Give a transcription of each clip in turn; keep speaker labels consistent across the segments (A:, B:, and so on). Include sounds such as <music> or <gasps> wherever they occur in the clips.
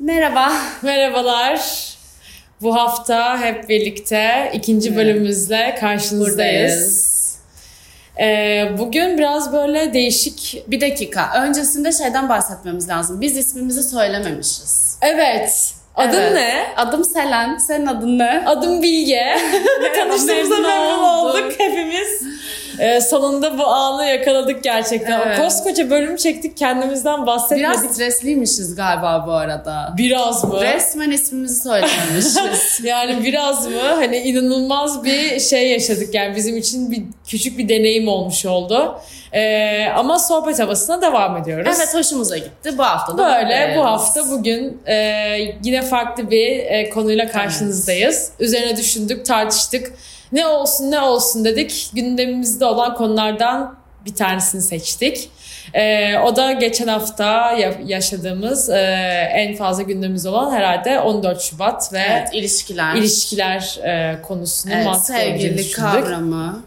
A: Merhaba.
B: Merhabalar. Bu hafta hep birlikte ikinci bölümümüzle karşınızdayız. Ee, bugün biraz böyle değişik...
A: Bir dakika. Öncesinde şeyden bahsetmemiz lazım. Biz ismimizi söylememişiz.
B: Evet. Adın
A: Evet.
B: ne?
A: Adım Selen. Senin adın ne? <laughs>
B: Adım Bilge. Tanıştığımıza
A: memnun
B: memnun
A: olduk.
B: olduk hepimiz. Ee, sonunda bu ağlı yakaladık gerçekten.
A: Evet.
B: Koskoca bölüm çektik kendimizden bahsetmedik.
A: Biraz
B: Biraz,
A: stresliymişiz galiba bu arada.
B: mı?
A: Resmen ismimizi
B: <laughs>
A: söylememişiz.
B: Yani biraz mı? Hani inanılmaz bir şey yaşadık. Yani bizim için bir küçük bir deneyim olmuş oldu. Ee, ama sohbet havasına devam ediyoruz.
A: evet hoşumuza gitti. Bu hafta da
B: Böyle
A: buradayız.
B: bu hafta bugün e, yine farklı bir e, konuyla karşınızdayız. Üzerine düşündük, tartıştık. Ne olsun ne olsun dedik. Gündemimizde olan konulardan bir tanesini seçtik. E, o da geçen hafta ya- yaşadığımız e, en fazla gündemimiz olan herhalde 14 Şubat ve
A: Evet, ilişkiler.
B: ilişkiler e, konusunu
A: Evet,
B: mantıklı olacağını
A: sevgililik
B: düşündük.
A: kavramı.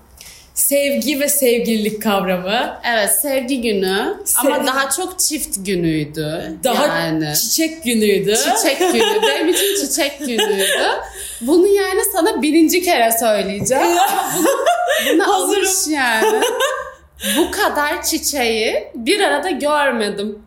B: Sevgi ve sevgililik kavramı
A: Evet, sevgi günü ama
B: Sevgi-
A: daha çok çift günüydü.
B: daha
A: yani.
B: çiçek günüydü. <laughs>
A: Çiçek günü. Benim için çiçek günüydü. Bunu yani sana birinci kere söyleyeceğim.
B: <laughs>
A: Buna
B: Hazırım.
A: alış yani.
B: <laughs>
A: Bu kadar çiçeği bir arada görmedim.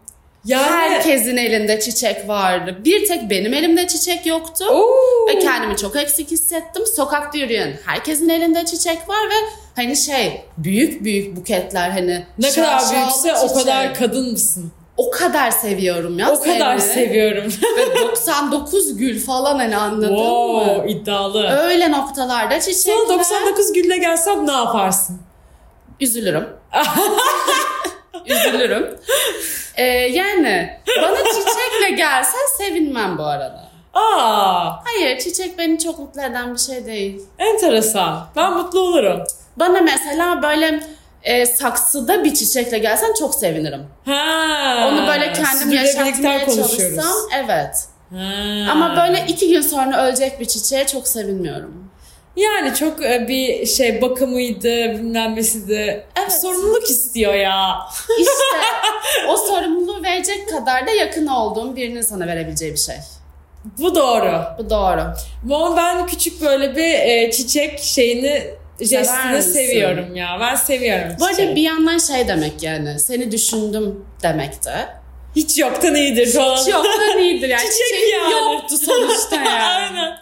B: yani
A: Herkesin elinde çiçek vardı. Bir tek benim elimde çiçek yoktu.
B: Oo.
A: Ve kendimi çok eksik hissettim. Sokakta yürüyen herkesin elinde çiçek var ve hani şey büyük büyük buketler hani
B: Ne kadar
A: şaşalı
B: büyükse o
A: çiçek.
B: kadar kadın mısın?
A: o kadar seviyorum ya
B: o kadar
A: seni.
B: seviyorum.
A: Ve 99 gül falan hani anladın mı?
B: wow, iddialı.
A: Öyle noktalarda çiçekler.
B: Sana 99 gülle gelsem ne yaparsın? <laughs>
A: Üzülürüm. Üzülürüm. Ee, yani bana çiçekle gelsen sevinmem bu arada.
B: Aa,
A: Hayır çiçek beni çok mutlu eden bir şey değil.
B: enteresan. Ben mutlu olurum.
A: Bana mesela böyle e, saksıda bir çiçekle gelsen çok sevinirim.
B: Ha.
A: Onu böyle kendim
B: sizinle birlikte
A: yaşatmaya
B: konuşuyoruz.
A: çalışsam evet.
B: Ha.
A: Ama böyle iki gün sonra ölecek bir çiçeğe çok sevinmiyorum.
B: Yani çok e, bir şey bakımıydı, bilmem nesiydi.
A: Evet.
B: Sorumluluk istiyor ya.
A: İşte
B: <laughs>
A: o sorumluluğu verecek kadar da yakın olduğum birinin sana verebileceği bir şey.
B: Bu doğru.
A: Bu doğru.
B: Ama ben küçük böyle bir e, çiçek şeyini, jestini
A: misin?
B: seviyorum ya. Ben seviyorum
A: Bu arada
B: çiçeği.
A: bir yandan şey demek yani seni düşündüm demek de.
B: Hiç yoktan iyidir falan.
A: Hiç yoktan iyidir yani.
B: Çiçek
A: Çiçek
B: yani.
A: yoktu
B: <laughs>
A: sonuçta yani.
B: Aynen.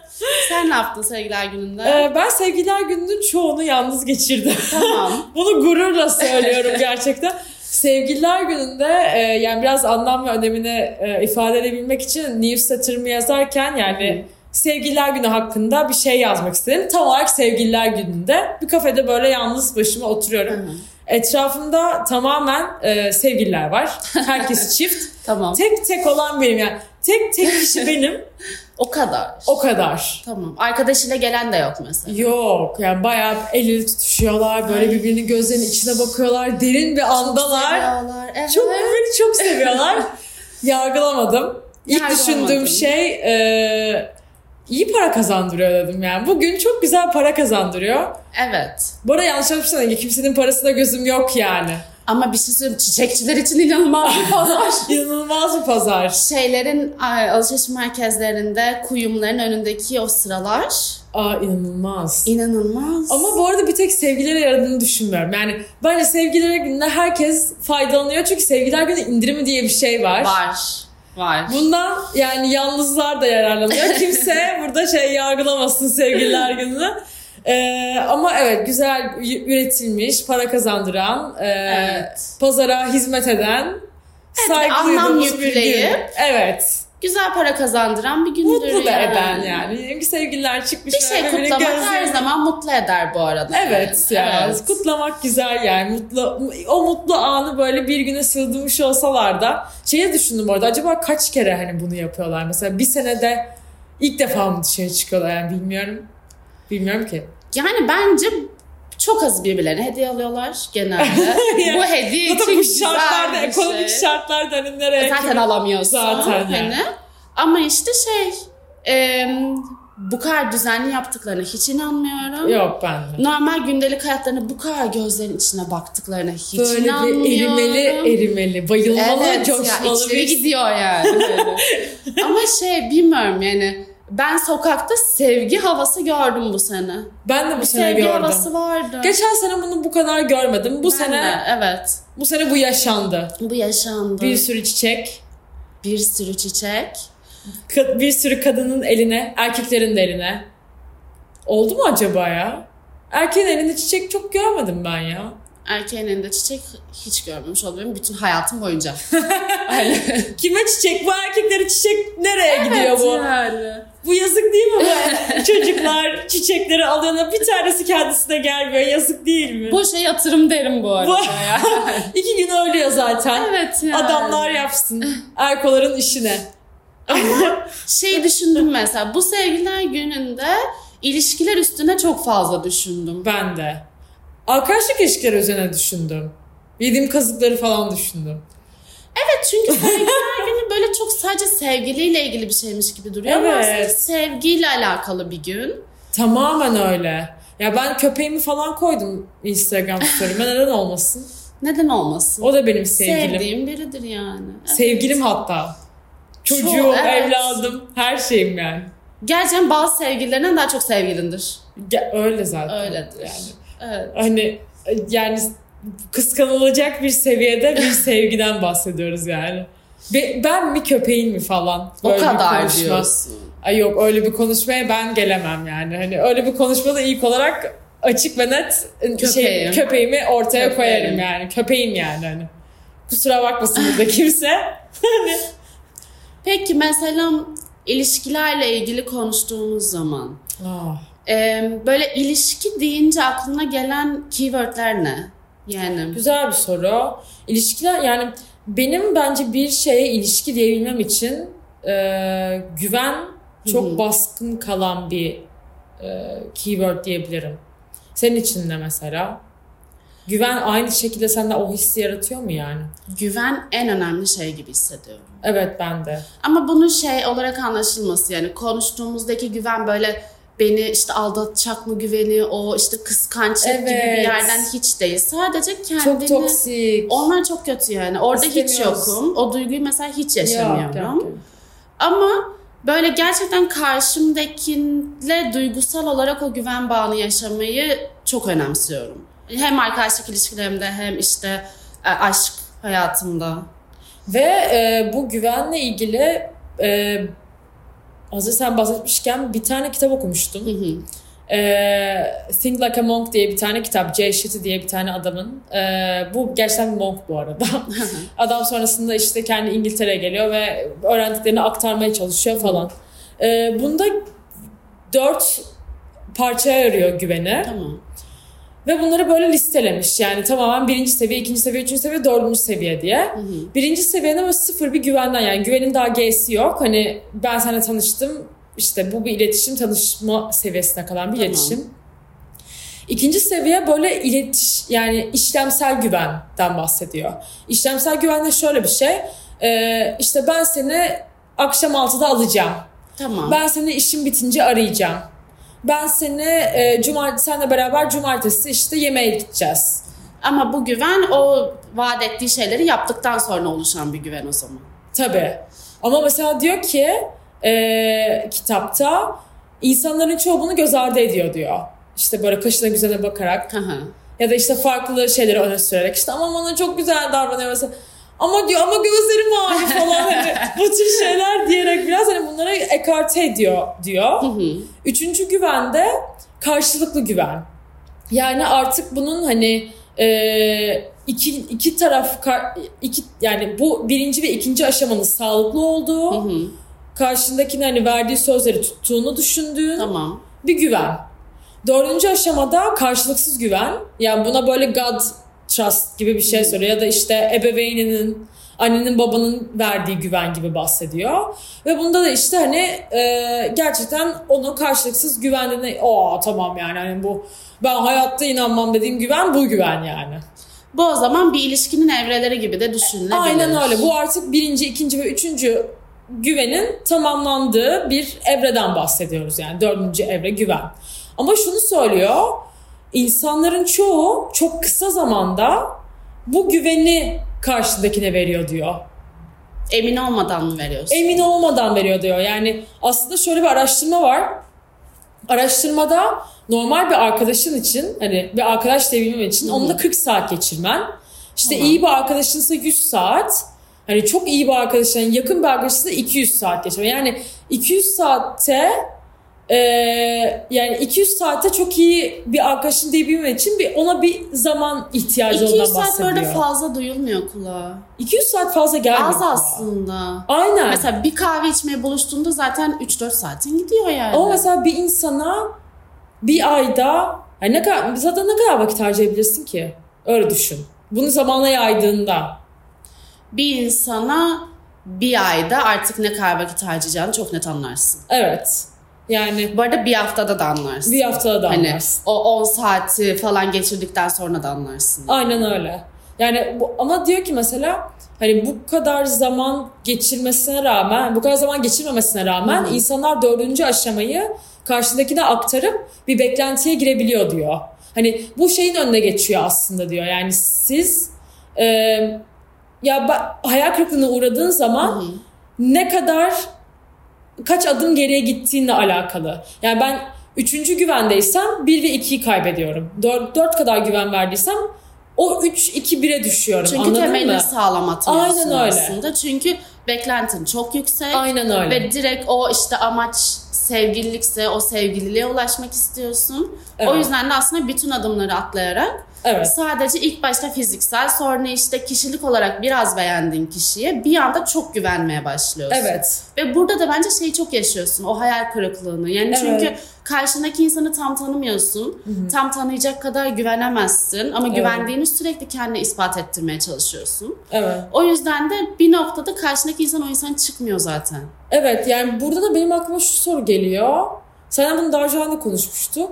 A: Sen ne yaptın sevgiler gününde?
B: Ee, ben sevgililer gününün çoğunu yalnız geçirdim.
A: Tamam.
B: Bunu gururla söylüyorum gerçekten. Sevgililer gününde e, yani biraz anlam ve önemini e, ifade edebilmek için newsletter'ımı yazarken yani sevgililer günü hakkında bir şey yazmak istedim. Tam olarak sevgililer gününde bir kafede böyle yalnız başıma oturuyorum. Etrafımda tamamen e, sevgililer var. Herkes çift.
A: tamam.
B: Tek tek olan benim yani. Tek tek kişi benim.
A: O kadar.
B: O kadar.
A: Tamam. Arkadaşıyla gelen de yok mesela.
B: Yok yani bayağı el ele tutuşuyorlar böyle
A: Ay.
B: birbirinin gözlerinin içine bakıyorlar derin bir andalar.
A: Seviyorlar, Evet.
B: Çok birbirini çok seviyorlar. Yargılamadım. İlk
A: Yargılamadım.
B: düşündüğüm şey e, iyi para kazandırıyor dedim yani. Bugün çok güzel para kazandırıyor.
A: Evet.
B: Bu arada yanlış anlamışsın Ege, kimsenin parasına gözüm yok yani.
A: Ama bir şey söyleyeyim. Çiçekçiler için inanılmaz
B: <laughs>
A: bir pazar.
B: İnanılmaz bir pazar.
A: Şeylerin ay, alışveriş merkezlerinde kuyumların önündeki o sıralar
B: Aa inanılmaz.
A: inanılmaz.
B: Ama bu arada bir tek sevgilere yaradığını düşünmüyorum. Yani bence sevgilere gününe herkes faydalanıyor. Çünkü sevgiler günü indirimi diye bir şey
A: var. Var.
B: Bundan yani yalnızlar
A: <laughs>
B: da yararlanıyor. Kimse burada şey yargılamasın sevgililer gününü. Ee, ama evet güzel y- üretilmiş, para kazandıran, e,
A: Evet.
B: pazara hizmet eden, saygı
A: anlam
B: duyduğumuz bir
A: yükleyip
B: gün. Evet.
A: Güzel para kazandıran bir gündür
B: Mutlu da
A: yani.
B: eden yani. Çünkü sevgililer çıkmış.
A: Bir şey
B: böyle
A: kutlamak her
B: gözlerini-
A: zaman mutlu eder bu arada.
B: Evet
A: yani.
B: ya.
A: Evet.
B: Kutlamak güzel yani. Mutlu, o mutlu anı böyle bir güne sığdırmış olsalar da şeye düşündüm orada acaba kaç kere hani bunu yapıyorlar mesela bir senede ilk defa mı dışarı çıkıyorlar yani bilmiyorum. Bilmiyorum ki.
A: Yani bence çok az birbirlerine hediye alıyorlar
B: <laughs>
A: genelde. bu hediye için
B: Zaten bu
A: güzel
B: şartlarda,
A: bir
B: ekonomik
A: şey.
B: şartlarda hani nereye
A: Zaten hani.
B: kim-
A: alamıyorsun.
B: Zaten yani.
A: hani. Ama işte şey em, bu kadar düzenli yaptıklarına hiç inanmıyorum.
B: Yok ben de.
A: Normal gündelik hayatlarına bu kadar gözlerin içine baktıklarına hiç
B: Böyle
A: inanmıyorum.
B: bir erimeli erimeli, bayılmalı,
A: Evet ya
B: coşmalı
A: içleri
B: bir...
A: gidiyor yani. böyle. <laughs> Ama şey bilmiyorum yani ben sokakta sevgi havası gördüm bu sene.
B: Ben de bu sene
A: sevgi
B: gördüm.
A: havası vardı.
B: Geçen sene bunu bu kadar görmedim. Bu
A: Ben
B: sene
A: de, evet.
B: bu sene bu yaşandı.
A: Bu yaşandı.
B: Bir
A: Bir,
B: sürü çiçek,
A: sürü çiçek.
B: ka- bir sürü kadının eline, erkeklerin de eline. Oldu mu acaba ya? Erkeğin elinde çiçek çok görmedim ben ya.
A: Erkeğin elinde çiçek hiç görmemiş olabilirim bütün hayatım <laughs> boyunca.
B: Kime çiçek? Bu erkeklere çiçek nereye gidiyor bu?
A: Yani.
B: Bu yazık değil mi
A: <laughs>
B: bu çocuklar çiçekleri alana bir tanesi kendisine gelmiyor. Yazık değil mi?
A: Boşa şey yatırım derim bu arada.
B: Bu- <laughs> İki gün ölüyor zaten.
A: evet yani.
B: Adamlar yapsın. Erkoların işine. <laughs>
A: Şey düşündüm mesela bu sevgililer gününde ilişkiler üstüne çok fazla düşündüm.
B: Ben de. Arkadaşlık ilişkileri üzerine düşündüm. Yediğim kazıkları falan düşündüm.
A: Çünkü sevgililer günü böyle çok sadece sevgiliyle ilgili bir şeymiş gibi duruyor ama
B: Evet.
A: aslında sevgiyle alakalı bir gün.
B: Tamamen öyle. Ya ben köpeğimi falan koydum Instagram story'ime. Neden olmasın?
A: Neden olmasın?
B: O da benim sevgilim.
A: Sevdiğim biridir yani. Evet.
B: Sevgilim hatta. Çocuğum,
A: Çoğu, evet.
B: evladım, her şeyim yani.
A: Gerçekten bazı sevgililerinden daha çok sevgilindir.
B: Ge- öyle zaten.
A: Öyledir.
B: Yani.
A: Evet.
B: Hani yani kıskanılacak bir seviyede
A: <laughs>
B: bir sevgiden bahsediyoruz yani. Be- ben mi köpeğin mi falan.
A: O
B: Böyle bir
A: kadar
B: konuşma.
A: diyorsun.
B: Ay yok öyle bir konuşmaya ben gelemem yani. Hani öyle bir konuşmada ilk olarak açık ve net şey,
A: Köpeğim.
B: köpeğimi ortaya
A: Köpeğim.
B: koyarım yani. Köpeğim yani hani. Kusura bakmasın
A: <laughs>
B: burada kimse. Hani
A: Peki mesela ilişkilerle ilgili konuştuğumuz zaman
B: ah,
A: eee, böyle ilişki deyince aklına gelen keywordler ne? Yani
B: güzel bir soru. İlişkiler yani benim bence bir şeye ilişki diyebilmem için e, güven çok
A: Hı hı.
B: baskın kalan bir e, keyword diyebilirim. Senin için de mesela. Güven aynı şekilde sende o hissi yaratıyor mu yani?
A: güven en önemli şey gibi hissediyorum.
B: Evet ben de.
A: Ama bunun şey olarak anlaşılması yani konuştuğumuzdaki güven böyle beni işte aldatacak mı güveni o işte kıskançlık gibi bir
B: Evet.
A: yerden hiç değil. Sadece kendini
B: Çok toksik.
A: onlar çok kötü yani. Orada hiç
B: İstemiyoruz.
A: yokum. O duyguyu mesela hiç
B: Yok,
A: yaşamıyorum.
B: yok, yok.
A: Ama böyle gerçekten karşımdakinle duygusal olarak o güven bağını yaşamayı çok önemsiyorum. Hem arkadaşlık ilişkilerimde hem işte e, aşk hayatımda.
B: Ve e, bu güvenle ilgili e, hazır sen bahsetmişken bir tane kitap okumuştum.
A: Hı hı.
B: E, Think Like a Monk diye bir tane kitap. Jay Shetty diye bir tane adamın. E, bu gerçekten bir monk bu arada. Adam sonrasında işte kendi İngiltere'ye geliyor ve öğrendiklerini aktarmaya çalışıyor falan. E, bunda dört parçaya ayırıyor güveni.
A: tamam.
B: Ve bunları böyle listelemiş. Yani tamamen birinci seviye, ikinci seviye, üçüncü seviye, dördüncü seviye diye.
A: Hı hı.
B: Birinci seviyede böyle sıfır bir güvenden yani güvenin daha G'si yok. Hani ben seninle tanıştım işte bu bir iletişim tanışma seviyesine kalan bir
A: Tamam.
B: iletişim. İkinci seviye böyle iletiş yani işlemsel güvenden bahsediyor. İşlemsel güven de şöyle bir şey. Ee, işte ben seni akşam 6'da alacağım.
A: Tamam.
B: Ben seni işim bitince arayacağım. Ben seni e, cumart senle beraber cumartesi işte yemeğe gideceğiz.
A: Ama bu güven o vaat ettiği şeyleri yaptıktan sonra oluşan bir güven o zaman.
B: Tabii. Ama mesela diyor ki e, kitapta insanların çoğu bunu göz ardı ediyor diyor. İşte böyle kaşına güzele bakarak
A: Hı hı.
B: ya da işte farklı şeyleri öne sürerek işte ama bana çok güzel davranıyor mesela. Ama diyor ama gözlerim mavi falan hani bu tür şeyler diyerek biraz hani bunlara ekarte ediyor diyor.
A: Hı hı.
B: Üçüncü güven de karşılıklı güven. Yani artık bunun hani e, iki, iki taraf kar- iki yani bu birinci ve ikinci aşamanın sağlıklı olduğu,
A: Hı hı.
B: karşındakine hani verdiği sözleri tuttuğunu düşündüğün
A: Tamam.
B: bir güven. Dördüncü aşamada karşılıksız güven. Yani buna böyle God trust gibi bir şey söylüyor. Ya da işte ebeveyninin, annenin babanın verdiği güven gibi bahsediyor. Ve bunda da işte hani e, gerçekten onun karşılıksız güvendiğine o tamam yani hani bu ben hayatta inanmam dediğim güven bu güven yani.
A: Bu o zaman bir ilişkinin evreleri gibi de düşünülebilir.
B: Aynen öyle. Bu artık birinci, ikinci ve üçüncü güvenin tamamlandığı bir evreden bahsediyoruz yani dördüncü evre güven. Ama şunu söylüyor insanların çoğu çok kısa zamanda bu güveni karşıdakine veriyor diyor.
A: Emin olmadan mı veriyorsun?
B: Emin olmadan veriyor diyor. Yani aslında şöyle bir araştırma var. Araştırmada normal bir arkadaşın için hani bir arkadaş diyebilmem için onunla 40 saat geçirmen. İşte
A: Tamam.
B: iyi bir arkadaşınsa 100 saat. Hani çok iyi bir arkadaşın, yakın bir arkadaşınsa 200 saat geçirmen. Yani 200 saatte e, yani 200 saatte çok iyi bir arkadaşın diyebilmem için bir ona bir zaman ihtiyacı
A: 200
B: olduğundan
A: saat bu
B: bahsediyor.
A: arada fazla duyulmuyor kulağa.
B: 200 saat fazla gelmiyor.
A: Az
B: kulağa.
A: aslında.
B: Aynen.
A: Mesela bir kahve içmeye buluştuğunda zaten 3-4 saatin gidiyor yani.
B: Ama mesela bir insana bir ayda yani ne kadar, zaten ne kadar vakit harcayabilirsin ki? Öyle düşün. Bunu zamana yaydığında.
A: Bir insana bir ayda artık ne kadar vakit harcayacağını çok net anlarsın.
B: Evet. Yani
A: Bu arada bir haftada da anlarsın.
B: bir haftada da
A: Hani
B: anlarsın.
A: o 10 saati falan geçirdikten sonra da anlarsın.
B: Aynen öyle. Yani bu, ama diyor ki mesela hani bu kadar zaman geçirmesine rağmen, bu kadar zaman geçirmemesine rağmen
A: Hı hı.
B: insanlar dördüncü aşamayı karşındakine aktarıp bir beklentiye girebiliyor diyor. Hani bu şeyin önüne geçiyor aslında diyor. Yani siz e, ya ba- hayal kırıklığına uğradığın zaman
A: Hı hı.
B: ne kadar kaç adım geriye gittiğinle alakalı. Yani ben üçüncü güvendeysem 1 ve 2'yi kaybediyorum. 4, 4 kadar güven verdiysem o 3, 2, 1'e düşüyorum.
A: Çünkü
B: Anladın
A: temelini
B: mı?
A: sağlam atmıyorsun
B: Aynen öyle.
A: aslında. Çünkü beklentin çok yüksek.
B: Aynen öyle.
A: Ve direkt o işte amaç sevgililikse o sevgililiğe ulaşmak istiyorsun. O
B: Evet.
A: yüzden de aslında bütün adımları atlayarak
B: Evet.
A: sadece ilk başta fiziksel sonra işte kişilik olarak biraz beğendiğin kişiye bir anda çok güvenmeye başlıyorsun.
B: Evet.
A: Ve burada da bence şeyi çok yaşıyorsun. O hayal kırıklığını. Yani
B: Evet.
A: çünkü karşındaki insanı tam tanımıyorsun. Tam tanıyacak kadar güvenemezsin. Ama
B: Evet.
A: güvendiğini sürekli kendine ispat ettirmeye çalışıyorsun.
B: Evet.
A: O yüzden de bir noktada karşındaki insan o insan çıkmıyor zaten.
B: Evet yani burada da benim aklıma şu soru geliyor. Sen bunu daha önce de konuşmuştuk.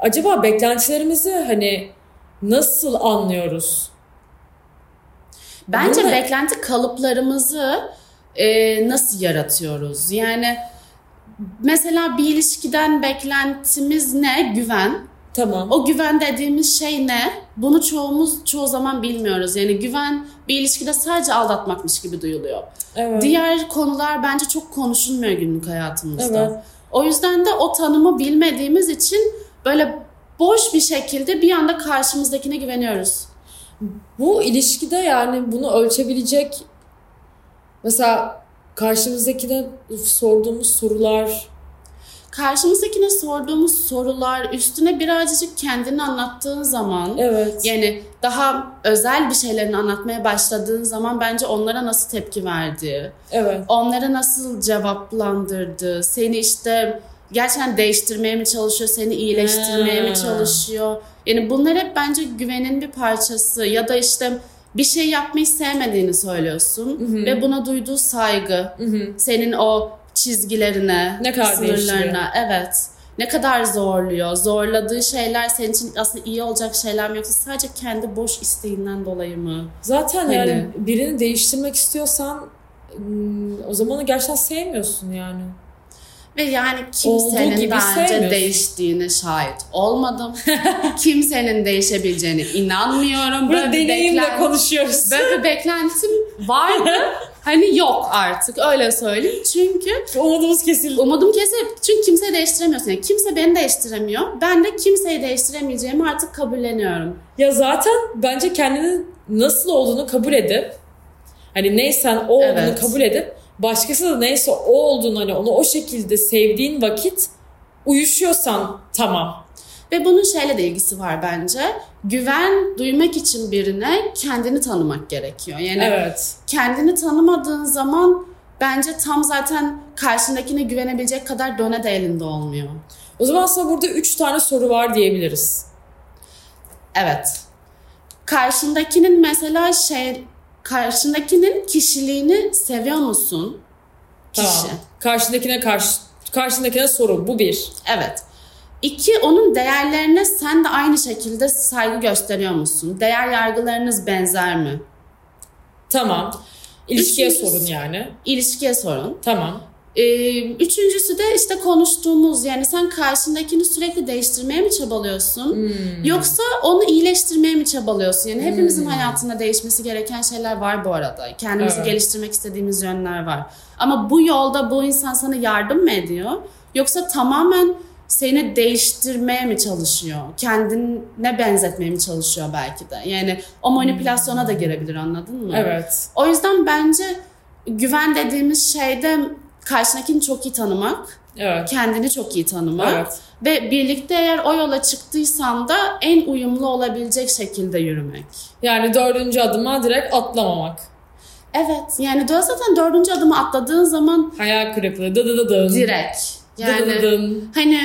B: Acaba beklentilerimizi hani nasıl anlıyoruz?
A: Bence
B: Değil mi?
A: beklenti kalıplarımızı e, nasıl yaratıyoruz? Yani mesela bir ilişkiden beklentimiz ne? Güven.
B: Tamam.
A: O güven dediğimiz şey ne? Bunu çoğumuz çoğu zaman bilmiyoruz. Yani güven bir ilişkide sadece aldatmakmış gibi duyuluyor.
B: Evet.
A: Diğer konular bence çok konuşulmuyor günlük hayatımızda.
B: Evet.
A: O yüzden de o tanımı bilmediğimiz için böyle boş bir şekilde bir anda karşımızdakine güveniyoruz.
B: Bu ilişkide yani bunu ölçebilecek mesela karşımızdakine sorduğumuz sorular
A: Karşımızdakine sorduğumuz sorular üstüne birazcık kendini anlattığın zaman
B: evet
A: yani daha özel bir şeylerini anlatmaya başladığın zaman bence onlara nasıl tepki verdiği,
B: evet
A: onları nasıl cevaplandırdı? Seni işte gerçekten değiştirmeye mi çalışıyor? Seni iyileştirmeye mi
B: Ha.
A: çalışıyor? Yani bunlar hep bence güvenin bir parçası ya da işte bir şey yapmayı sevmediğini söylüyorsun
B: hı.
A: ve buna duyduğu saygı
B: Hı hı.
A: senin o çizgilerine,
B: Ne kadar değiştiriyor.
A: sınırlarına evet. Ne kadar zorluyor. Zorladığı şeyler senin için aslında iyi olacak şeyler mi yoksa sadece kendi boş isteğinden dolayı mı?
B: zaten
A: Hani.
B: yani birini değiştirmek istiyorsan ım, o zaman onu gerçekten sevmiyorsun yani
A: Ve yani
B: Olduğu
A: kimsenin
B: gibi
A: daha önce
B: sevmiyorsun.
A: değiştiğine şahit
B: <laughs>
A: olmadım. kimsenin değişebileceğine inanmıyorum.
B: burada
A: bir
B: deneyimle
A: beklent-
B: konuşuyoruz
A: Böyle bir beklentim vardı.
B: <laughs>
A: hani yok artık öyle söyleyeyim. Çünkü
B: umudumuz kesildi
A: umudum kesip çünkü kimseyi değiştiremiyorsun. Yani kimse beni değiştiremiyor. Ben de kimseyi değiştiremeyeceğimi artık kabulleniyorum.
B: ya zaten bence kendinin nasıl olduğunu kabul edip hani neysen o olduğunu
A: Evet.
B: kabul edip başkası da neyse o olduğunu hani onu o şekilde sevdiğin vakit uyuşuyorsan tamam
A: Ve bunun şeyle de ilgisi var bence. Güven duymak için birine kendini tanımak gerekiyor. Yani
B: Evet.
A: kendini tanımadığın zaman bence tam zaten karşındakine güvenebilecek kadar döne de elinde olmuyor.
B: O zaman aslında burada üç tane soru var diyebiliriz.
A: Evet. Karşındakinin mesela şey karşındakinin kişiliğini seviyor musun? Kişi.
B: Tamam. Karşındakine karşı karşındakine soru bu bir.
A: Evet. İki, onun değerlerine sen de aynı şekilde saygı gösteriyor musun? Değer yargılarınız benzer mi?
B: Tamam. İlişkiye
A: Üçüncüsü-
B: sorun yani.
A: İlişkiye sorun.
B: Tamam.
A: Ee, üçüncüsü de işte konuştuğumuz yani sen karşındakini sürekli değiştirmeye mi çabalıyorsun?
B: Hmm.
A: Yoksa onu iyileştirmeye mi çabalıyorsun? Yani hepimizin hayatında değişmesi gereken şeyler var bu arada. Kendimizi
B: Evet.
A: geliştirmek istediğimiz yönler var. Ama bu yolda bu insan sana yardım mı ediyor? Yoksa tamamen seni değiştirmeye mi çalışıyor? Kendine benzetmeye mi çalışıyor belki de? Yani o manipülasyona da girebilir anladın mı?
B: Evet.
A: O yüzden bence güven dediğimiz şeyde karşındakini çok iyi tanımak,
B: Evet.
A: kendini çok iyi tanımak
B: Evet.
A: ve birlikte eğer o yola çıktıysan da en uyumlu olabilecek şekilde yürümek.
B: Yani dördüncü adıma direkt atlamamak.
A: Evet yani dö- zaten dördüncü adımı atladığın zaman
B: Hayal kırıklığı. Dı dı dı dın.
A: direkt
B: Dı dı dı
A: yani
B: dın.
A: hani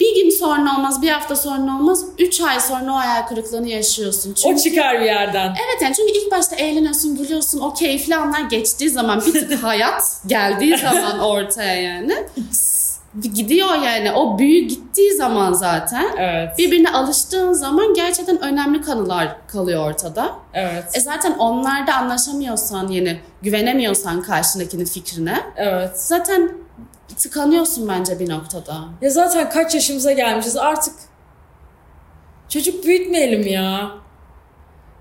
A: bir gün sonra olmaz, bir hafta sonra olmaz, üç ay sonra o hayal kırıklığını yaşıyorsun. Çünkü
B: O çıkar bir yerden.
A: Evet yani çünkü ilk başta eğleniyorsun, gülüyorsun. O keyifli anlar geçtiği zaman bir tık hayat geldiği zaman ortaya yani. Gidiyor yani. O büyü gittiği zaman zaten.
B: Evet.
A: Birbirine alıştığın zaman gerçekten önemli kanılar kalıyor ortada.
B: Evet.
A: E zaten onlarda anlaşamıyorsan yani güvenemiyorsan karşındakinin fikrine
B: Evet.
A: zaten tıkanıyorsun bence bir noktada.
B: Ya zaten kaç yaşımıza gelmişiz artık çocuk büyütmeyelim ya.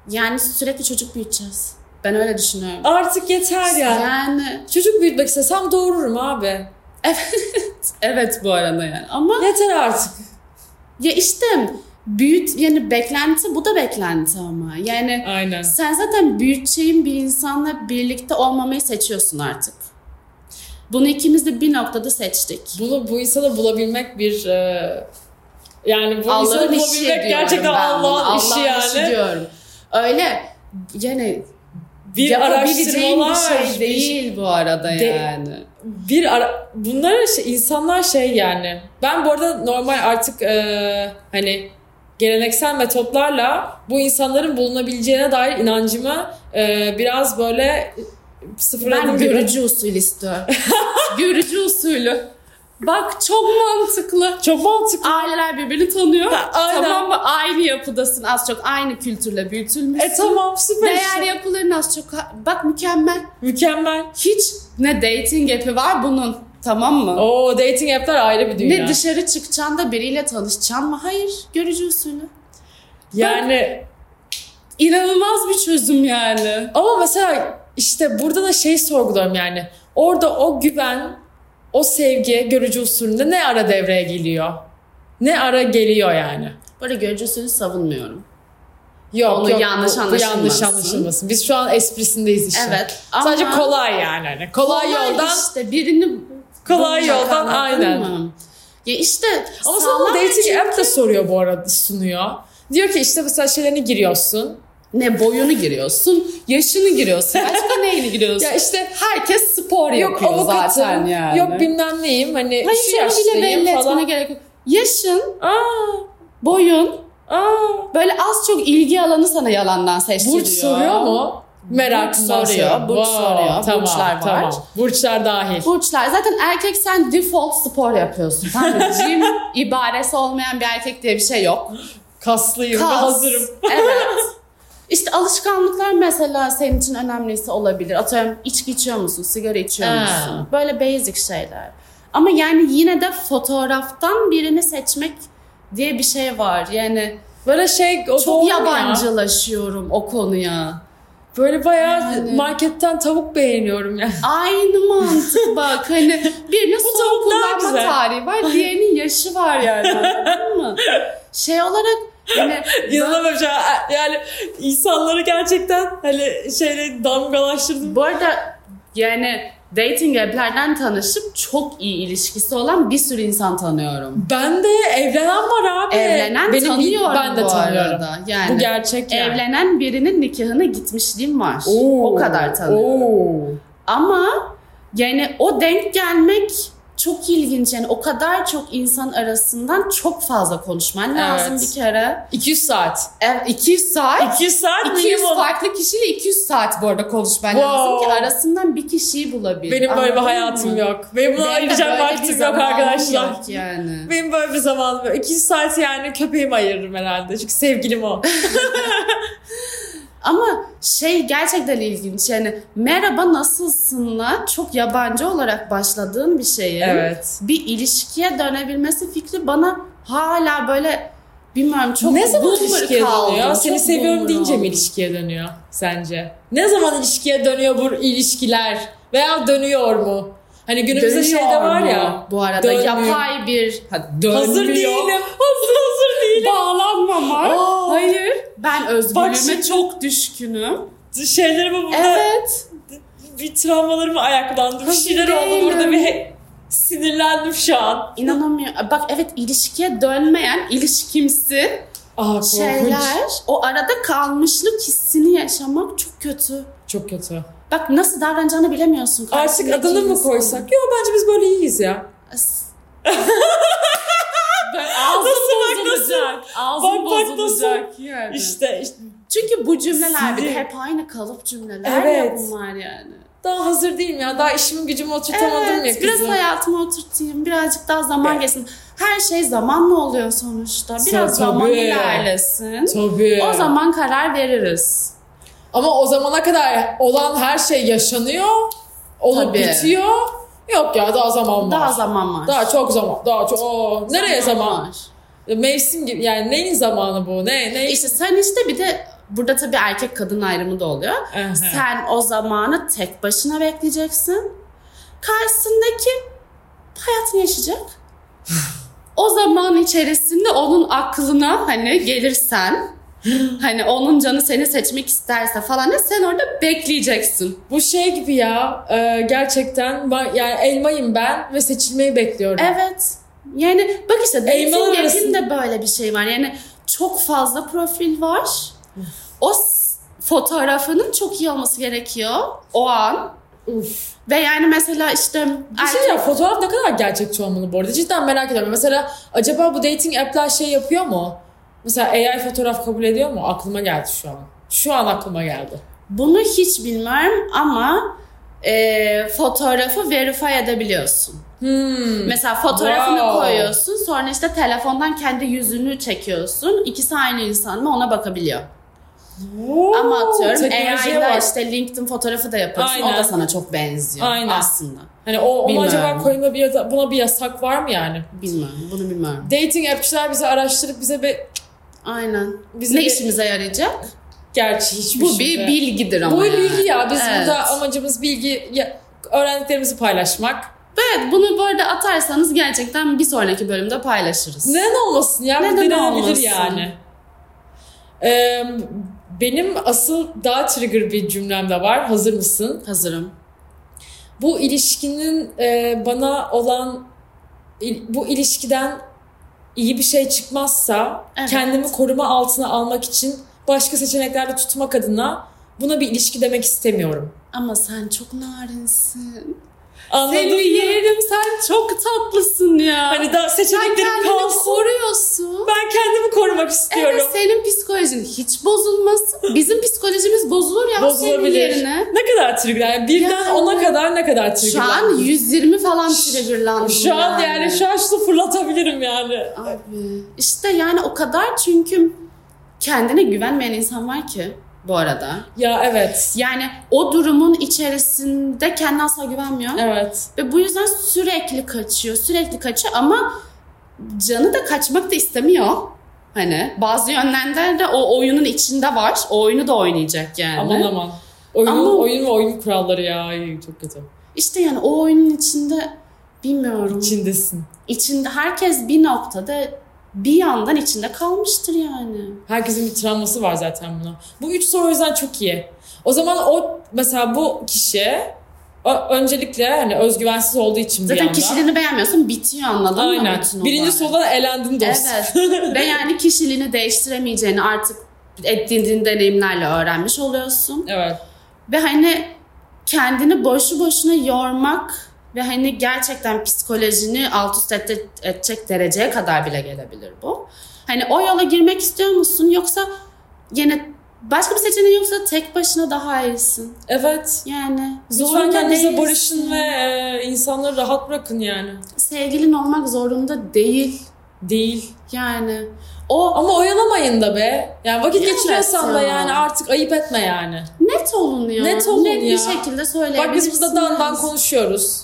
A: Yani sürekli çocuk büyüteceğiz. Ben öyle düşünüyorum.
B: Artık yeter ya.
A: Yani <laughs>
B: Çocuk büyütmek istesem doğururum abi.
A: evet bu arada yani ama
B: Yeter artık.
A: Ya işte büyüt yani beklenti bu da beklenti ama. Yani
B: Aynen.
A: sen zaten büyüteceğin bir insanla birlikte olmamayı seçiyorsun artık. Bunu ikimiz de bir noktada seçtik.
B: Bunu bu insanı bulabilmek bir e, yani bu insanı
A: Allah'ın işi
B: bulabilmek
A: diyorum
B: gerçekten
A: ben.
B: Allah'ın işi
A: Allah'ın
B: yani.
A: işi diyorum. Öyle yani
B: bir
A: yapabileceğin bir
B: araştırmalar
A: şey değil bu arada
B: De-
A: yani.
B: bir ara, bunlar şey, insanlar şey yani. Ben bu arada normal artık e, hani geleneksel metotlarla bu insanların bulunabileceğine dair inancımı e, biraz böyle sıfırladım
A: Ben
B: gibi.
A: görücü usulü istiyorum.
B: <laughs>
A: görücü usulü. Bak çok mantıklı.
B: Çok mantıklı.
A: Aileler birbirini tanıyor.
B: aynen.
A: Tamam mı? Aynı yapıdasın. Az çok aynı kültürle büyütülmüşsün.
B: E tamam süper.
A: Değer
B: işte.
A: yapıların az çok bak mükemmel.
B: Mükemmel.
A: Hiç ne dating app'i var bunun. Tamam mı?
B: Oo dating app'ler ayrı bir dünya.
A: ne dışarı çıkacaksın da biriyle tanışacaksın mı? Hayır. Görücü usulü.
B: yani
A: İnanılmaz bir çözüm yani.
B: Ama mesela işte burada da şey sorguluyorum yani. Orada o güven, o sevgi görücü usulünde ne ara devreye geliyor? Ne ara geliyor yani?
A: Böyle görücü usulü savunmuyorum.
B: Yok
A: Onu
B: yok,
A: yanlış
B: bu- bu
A: anlaşılmasın.
B: yanlış anlaşılmasın. Biz şu an esprisindeyiz işte.
A: Evet. ama-
B: Sadece kolay yani. hani kolay, yoldan.
A: işte birini
B: Kolay
A: bulmak,
B: yoldan,
A: anladın
B: aynen.
A: mı? Ya işte
B: Ama sana
A: sağlam
B: bunu dating
A: erkek-
B: app de soruyor bu arada sunuyor. Diyor ki işte mesela şeylerini giriyorsun.
A: Ne boyunu giriyorsun, yaşını
B: <laughs>
A: giriyorsun, başka neyini giriyorsun?
B: Ya işte
A: Herkes spor
B: yok
A: yapıyor
B: avukatım,
A: zaten yani.
B: yok bilmem neyim hani
A: Hayır
B: şu
A: şunu bile
B: yaştayım
A: belli etmene
B: falan.
A: gerek yok. Yaşın,
B: Aa,
A: boyun,
B: aa.
A: böyle az çok ilgi alanı sana yalandan seçtiriyor.
B: Burç soruyor mu? Merak
A: Burç soruyor, burç soruyor, burçlar var.
B: Tamam. Burçlar dahil.
A: Burçlar. Zaten erkek sen default spor yapıyorsun. Tamam
B: <laughs>
A: mı? Gym ibaresi olmayan bir erkek diye bir şey yok.
B: Kaslıyım ve
A: Kas.
B: hazırım.
A: <laughs> Evet. İşte alışkanlıklar mesela senin için önemlisi olabilir. Atıyorum içki içiyor musun, sigara içiyor
B: Ha.
A: musun? Böyle basic şeyler. Ama yani yine de fotoğraftan birini seçmek diye bir şey var. Yani
B: Böyle şey o doğru
A: çok
B: mu Ya.
A: yabancılaşıyorum o konuya.
B: Böyle bayağı
A: Yani.
B: marketten tavuk beğeniyorum ya.
A: Aynı mantık bak hani birinin son
B: tavuk daha
A: kullanma
B: güzel.
A: tarihi var, diğerinin yaşı var yani anladın mı? Şey olarak yani
B: İnanamıyorum şu an. Yani insanları gerçekten hani şeyle damgalaştırdım.
A: Bu arada yani dating app'lerden tanışıp çok iyi ilişkisi olan bir sürü insan tanıyorum.
B: Ben de evlenen var abi.
A: Evlenen
B: Benim bir-
A: tanıyorum
B: Ben de
A: bu
B: tanıyorum.
A: arada. Yani
B: Bu gerçek yani.
A: evlenen birinin nikahına gitmişliğim var.
B: Oo,
A: O kadar tanıyorum.
B: oo.
A: Ama yani o denk gelmek çok ilginç. Yani o kadar çok insan arasından çok fazla konuşman lazım
B: Evet.
A: bir kere.
B: 200 saat.
A: Ev 200 saat.
B: 200 saat
A: 200
B: minimum.
A: farklı kişiyle 200 saat bu arada konuşman lazım
B: Wow.
A: ki arasından bir kişiyi bulabilir.
B: Benim böyle bir
A: Anladın
B: hayatım
A: mı?
B: yok. Benim buna
A: Benim de
B: ayıracağım
A: böyle bir
B: vaktim yok
A: zamanım
B: arkadaşlar.
A: yok yani.
B: Benim böyle bir zamanım yok. İkinci saati yani köpeğimi ayırırım herhalde. Çünkü sevgilim o.
A: Ama şey gerçekten ilginç yani merhaba nasılsınla çok yabancı olarak başladığın bir şeyin
B: Evet.
A: bir ilişkiye dönebilmesi fikri bana hala böyle bilmiyorum çok
B: ne zaman
A: boomer
B: ilişkiye
A: kaldı.
B: dönüyor?
A: Çok
B: Seni seviyorum
A: boomer
B: deyince mi
A: oldu.
B: ilişkiye dönüyor sence? Ne zaman ilişkiye dönüyor bu ilişkiler? Veya dönüyor mu? Hani günümüzde
A: Dönüyor
B: şey de var ya.
A: mu Bu arada
B: dönmüyor.
A: yapay bir
B: Hazır değilim. <laughs> Hazır hazır değilim.
A: bağlanmama.
B: Aa.
A: Hayır. Ben özgürlüğüme
B: Bak şimdi-
A: çok düşkünüm.
B: Şeylerimi burada
A: Evet.
B: bir travmalarımı ayaklandım. Bir
A: Hazır
B: şeyler oldu
A: değilim.
B: burada bir sinirlendim şu an.
A: İnanamıyorum. Bak evet ilişkiye dönmeyen ilişkimsi
B: Aa korkunç.
A: şeyler o arada kalmışlık hissini yaşamak çok kötü.
B: Çok kötü.
A: Bak nasıl davranacağını bilemiyorsun.
B: Artık
A: karşındaki
B: adını mı
A: insanın.
B: koysak? Yo bence biz böyle iyiyiz ya.
A: As- ben ağzım
B: Nasıl bak,
A: bozulacak. Ağzım
B: Bak, bak, nasıl?
A: bozulacak yani.
B: İşte, işte
A: Çünkü bu cümleler bir de
B: Sinir.
A: hep aynı kalıp cümleler ya
B: Evet.
A: bunlar yani.
B: daha hazır değilim ya. Daha işimi gücümü oturtamadım ya
A: Evet,
B: kızım.
A: biraz hayatıma oturtayım. Birazcık daha zaman
B: Evet.
A: geçsin. Her şey zamanla oluyor sonuçta. Biraz
B: Tabii.
A: zaman ilerlesin.
B: Tabii.
A: O zaman karar veririz.
B: Ama o zamana kadar olan her şey yaşanıyor. Olup
A: Tabii.
B: bitiyor. Yok ya daha zaman var.
A: Daha zaman var.
B: Daha çok zaman. Daha çok. Oo, nereye zaman?
A: var?
B: Mevsim gibi. Yani neyin zamanı bu? Ne? Ne?
A: İşte sen işte bir de burada tabii erkek kadın ayrımı da oluyor.
B: Aha.
A: Sen o zamanı tek başına bekleyeceksin. Karşısındaki hayatını yaşayacak.
B: <laughs>
A: o zaman içerisinde onun aklına hani
B: <gasps>
A: gelirsen hani onun canı seni seçmek isterse falan ya sen orada bekleyeceksin.
B: Bu şey gibi ya. e, gerçekten ben- yani elmayım ben ve seçilmeyi bekliyorum.
A: Evet. Yani bak işte
B: Elmalar
A: dating
B: arasında.
A: app'inde böyle bir şey var. Yani çok fazla profil var. O s- fotoğrafının çok iyi olması gerekiyor o an.
B: Uf.
A: Ve yani mesela işte
B: Bir şey
A: erkek-
B: ya fotoğraf ne kadar gerçekçi olmalı bu arada. Cidden merak ediyorum. Mesela acaba bu dating app'ler şey yapıyor mu? Mesela AI fotoğraf kabul ediyor mu? Aklıma geldi şu an. Şu an aklıma geldi.
A: Bunu hiç bilmiyorum ama e, fotoğrafı verify edebiliyorsun.
B: Hmm.
A: Mesela fotoğrafını
B: Wow.
A: koyuyorsun sonra işte telefondan kendi yüzünü çekiyorsun. İkisi aynı insan mı ona bakabiliyor. Ama atıyorum
B: Teknolojiye
A: AI'da
B: bak.
A: işte LinkedIn fotoğrafı da yapıyorsun. O
B: Aynen.
A: da sana çok benziyor
B: Aynen.
A: aslında.
B: Hani o ona
A: Bilmem.
B: acaba koyma bir yasa- buna bir yasak var mı yani?
A: Bilmiyorum bunu bilmiyorum.
B: Dating app'çiler bizi araştırıp bize bir
A: Aynen.
B: Bizim
A: ne
B: bir-
A: işimize yarayacak?
B: gerçi hiçbir
A: Bu
B: şey de-
A: bir bilgidir ama.
B: Bu bir
A: yani.
B: bilgi ya. Biz
A: Evet.
B: burada amacımız bilgi ya- öğrendiklerimizi paylaşmak.
A: Evet bunu bu arada atarsanız gerçekten bir sonraki bölümde paylaşırız.
B: Neden olmasın ya?
A: Neden
B: Neden denenebilir
A: olmasın?
B: yani. Ee, benim asıl daha trigger bir cümlem de var. Hazır mısın?
A: Hazırım.
B: Bu ilişkinin e, bana olan il- bu ilişkiden iyi bir şey çıkmazsa
A: Evet.
B: kendimi koruma altına almak için başka seçeneklerde tutmak adına buna bir ilişki demek istemiyorum.
A: Ama sen çok narinsin.
B: Anladın
A: Seni
B: mı?
A: yerim sen çok tatlısın ya.
B: Hani daha
A: sen
B: seçeneklerim
A: kendini
B: kalsın.
A: koruyorsun.
B: Ben kendimi korumak istiyorum.
A: Evet senin psikolojin hiç bozulmasın. Bizim psikolojimiz bozulur ya senin
B: Bozulabilir.
A: yerine.
B: Ne kadar trigger? Yani birden
A: Yani.
B: ona kadar ne kadar trigger?
A: Şu an 120 falan triggerlandım
B: Şu an yani şu an şunu fırlatabilirim yani.
A: Abi işte yani o kadar çünkü kendine güvenmeyen insan var ki bu arada.
B: Ya evet.
A: Yani o durumun içerisinde kendine asla güvenmiyor.
B: Evet.
A: Ve bu yüzden sürekli kaçıyor, sürekli kaçıyor ama canı da kaçmak da istemiyor. Hani bazı yönlerde de o oyunun içinde var. O oyunu da oynayacak yani.
B: Aman aman. Oyun,
A: Ama-
B: oyun ve oyun kuralları ya. Ay, Çok kötü.
A: İşte yani o oyunun içinde bilmiyorum.
B: İçindesin.
A: İçinde herkes bir noktada bir yandan içinde kalmıştır yani.
B: Herkesin bir travması var zaten buna. Bu üç soru o yüzden çok iyi. O zaman o mesela bu kişi ö- öncelikle hani özgüvensiz olduğu için bir
A: Zaten
B: yandan.
A: kişiliğini beğenmiyorsun bitiyor anladın mı?
B: Aynen.
A: bütün olay?
B: Birinci sorudan elendin dostum.
A: Evet. Ve yani kişiliğini değiştiremeyeceğini artık ettiğin deneyimlerle öğrenmiş oluyorsun.
B: <laughs> evet.
A: Ve hani kendini boşu boşuna yormak ve hani gerçekten psikolojini alt üst et- edecek dereceye kadar bile gelebilir bu. Hani o yola girmek istiyor musun yoksa yine başka bir seçeneğin yoksa tek başına daha iyisin.
B: Evet.
A: Yani
B: Lütfen
A: zorunda
B: kendinize
A: değilsin.
B: barışın ve e, insanları rahat bırakın yani.
A: Sevgilin olmak zorunda değil.
B: Değil.
A: Yani O
B: Ama oyalamayın da be. Yani vakit
A: Evet
B: geçiriyorsan da
A: ya.
B: yani artık ayıp etme yani.
A: net olun ya.
B: Net olun
A: net bir
B: ya.
A: şekilde söyleyebilirsiniz.
B: Bak biz burada dandan konuşuyoruz.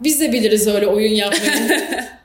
B: Biz de biliriz öyle oyun yapmayı.